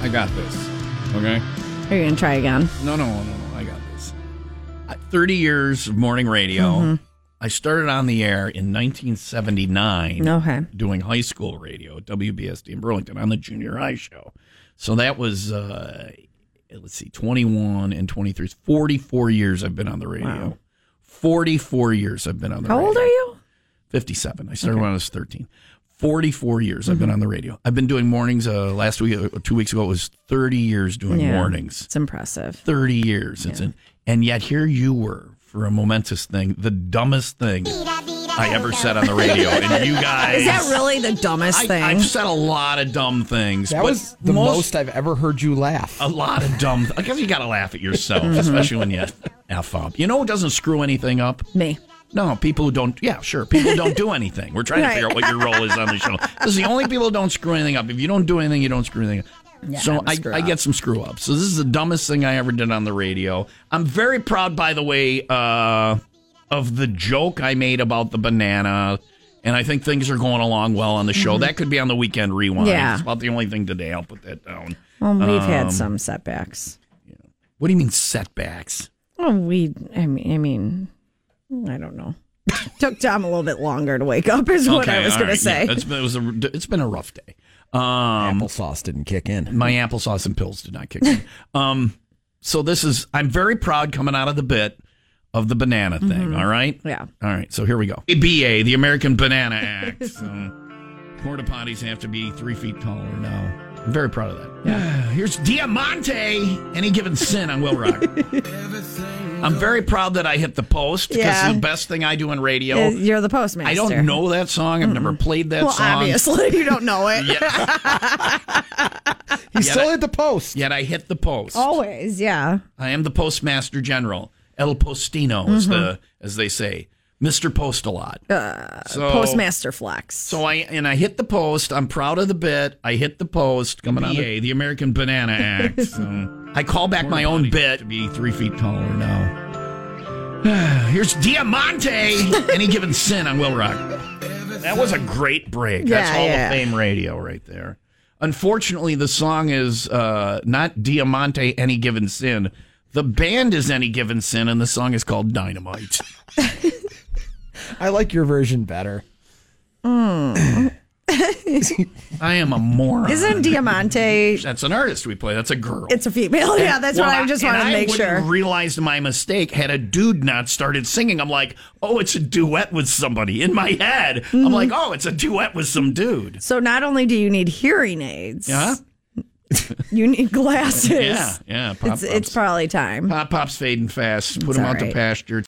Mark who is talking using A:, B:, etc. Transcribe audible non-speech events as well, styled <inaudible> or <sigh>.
A: I got this. Okay?
B: Are you going to try again?
A: No, no, no, no. I got this. I- 30 years of morning radio.
B: Mm-hmm.
A: I started on the air in 1979
B: Okay.
A: doing high school radio at WBSD in Burlington on the junior high show. So that was, uh, let's see, 21 and 23. 44 years I've been on the radio. 44 years I've been on the
B: How
A: radio.
B: old are you?
A: 57. I started when I was 13. 44 years I've
B: Mm-hmm.
A: been on the radio. I've been doing mornings. Uh, last week, uh, two weeks ago, it was 30 years doing mornings.
B: It's impressive.
A: 30 years. It's in, and yet here you were for a momentous thing, the dumbest thing I ever said on the radio. And you guys.
B: <laughs> Is that really the dumbest thing?
A: I, I've said a lot of dumb things.
C: That
A: but
C: was the most, Um, I've ever heard you laugh.
A: a lot of dumb. I guess you got to laugh at yourself,
B: Mm-hmm.
A: especially when you f up. You know who doesn't screw anything up?
B: Me.
A: No, people who don't. Yeah, sure. People who don't do anything. We're trying to figure out what your role is on the show. This is the only people who don't screw anything up. If you don't do anything, you don't screw anything up. so I, I get some screw ups. So this is the dumbest thing I ever did on the radio. I'm very proud, by the way, uh, of the joke I made about the banana. And I think things are going along well on the show. That could be on the weekend rewind.
B: Mm-hmm. Yeah.
A: It's about the only thing today. I'll put that down.
B: Well, we've
A: Um,
B: had some setbacks.
A: What do you mean setbacks?
B: Well, we, I mean, I mean, I don't know. <laughs> Took Tom a little bit longer to wake up, is what I was
A: all
B: going
A: right,
B: to say.
A: yeah, it's been it was a, it's been a rough day. Um,
C: Applesauce didn't kick in.
A: my applesauce and pills did not kick
B: <laughs>
A: in. um, so this is I'm very proud coming out of the bit of the banana thing. all right,
B: Mm-hmm. Yeah.
A: all right. So here we go. ABA, the American
B: <laughs>
A: Banana Act. so porta potties have to be three feet taller now. I'm very proud of that. <sighs> Here's Diamante. Any given sin on Will
B: <laughs>
A: Rock. I'm very proud that I hit the post because
B: Yeah.
A: the best thing I do in radio.
B: Is- You're the postmaster.
A: I don't know that song. I've never played that
B: Well,
A: song.
B: obviously, you don't know
A: <laughs>
B: it.
A: Yet,
B: <laughs>
C: He still
A: I-
C: hit the post.
A: yet I hit the post.
B: Oh. Always, yeah.
A: I am the postmaster general, El Postino, as the as they say, Mister Post a lot. so,
B: Postmaster Flex.
A: So I and I hit the post. I'm proud of the bit. I hit the post. Coming on the, the American Banana Act. <laughs> So I call back my own bit. To be three feet taller now. <sighs> Here's Diamante. Any given sin on Will Rock. That was a great break. That's
B: Yeah,
A: Hall
B: yeah.
A: of Fame radio right there. Unfortunately, the song is uh, not Diamante Any Given Sin. The band is Any Given Sin, and the song is called Dynamite.
C: I like your version better.
A: I am a moron.
B: Isn't Diamante?
A: That's an artist we play. That's a girl.
B: It's a female. <laughs> yeah, that's
A: Well,
B: what I just
A: and
B: want to
A: I
B: make
A: wouldn't
B: sure.
A: Realized my mistake had a dude not started singing. I'm like, oh, it's a duet with somebody in my head. I'm like, oh, it's a duet with some dude.
B: so not only do you need hearing aids,
A: Yeah,
B: you need glasses.
A: yeah, yeah. Pop,
B: it's, it's
A: pops,
B: probably time.
A: pop pops fading fast. Put him
B: all
A: out to
B: right.
A: pasture.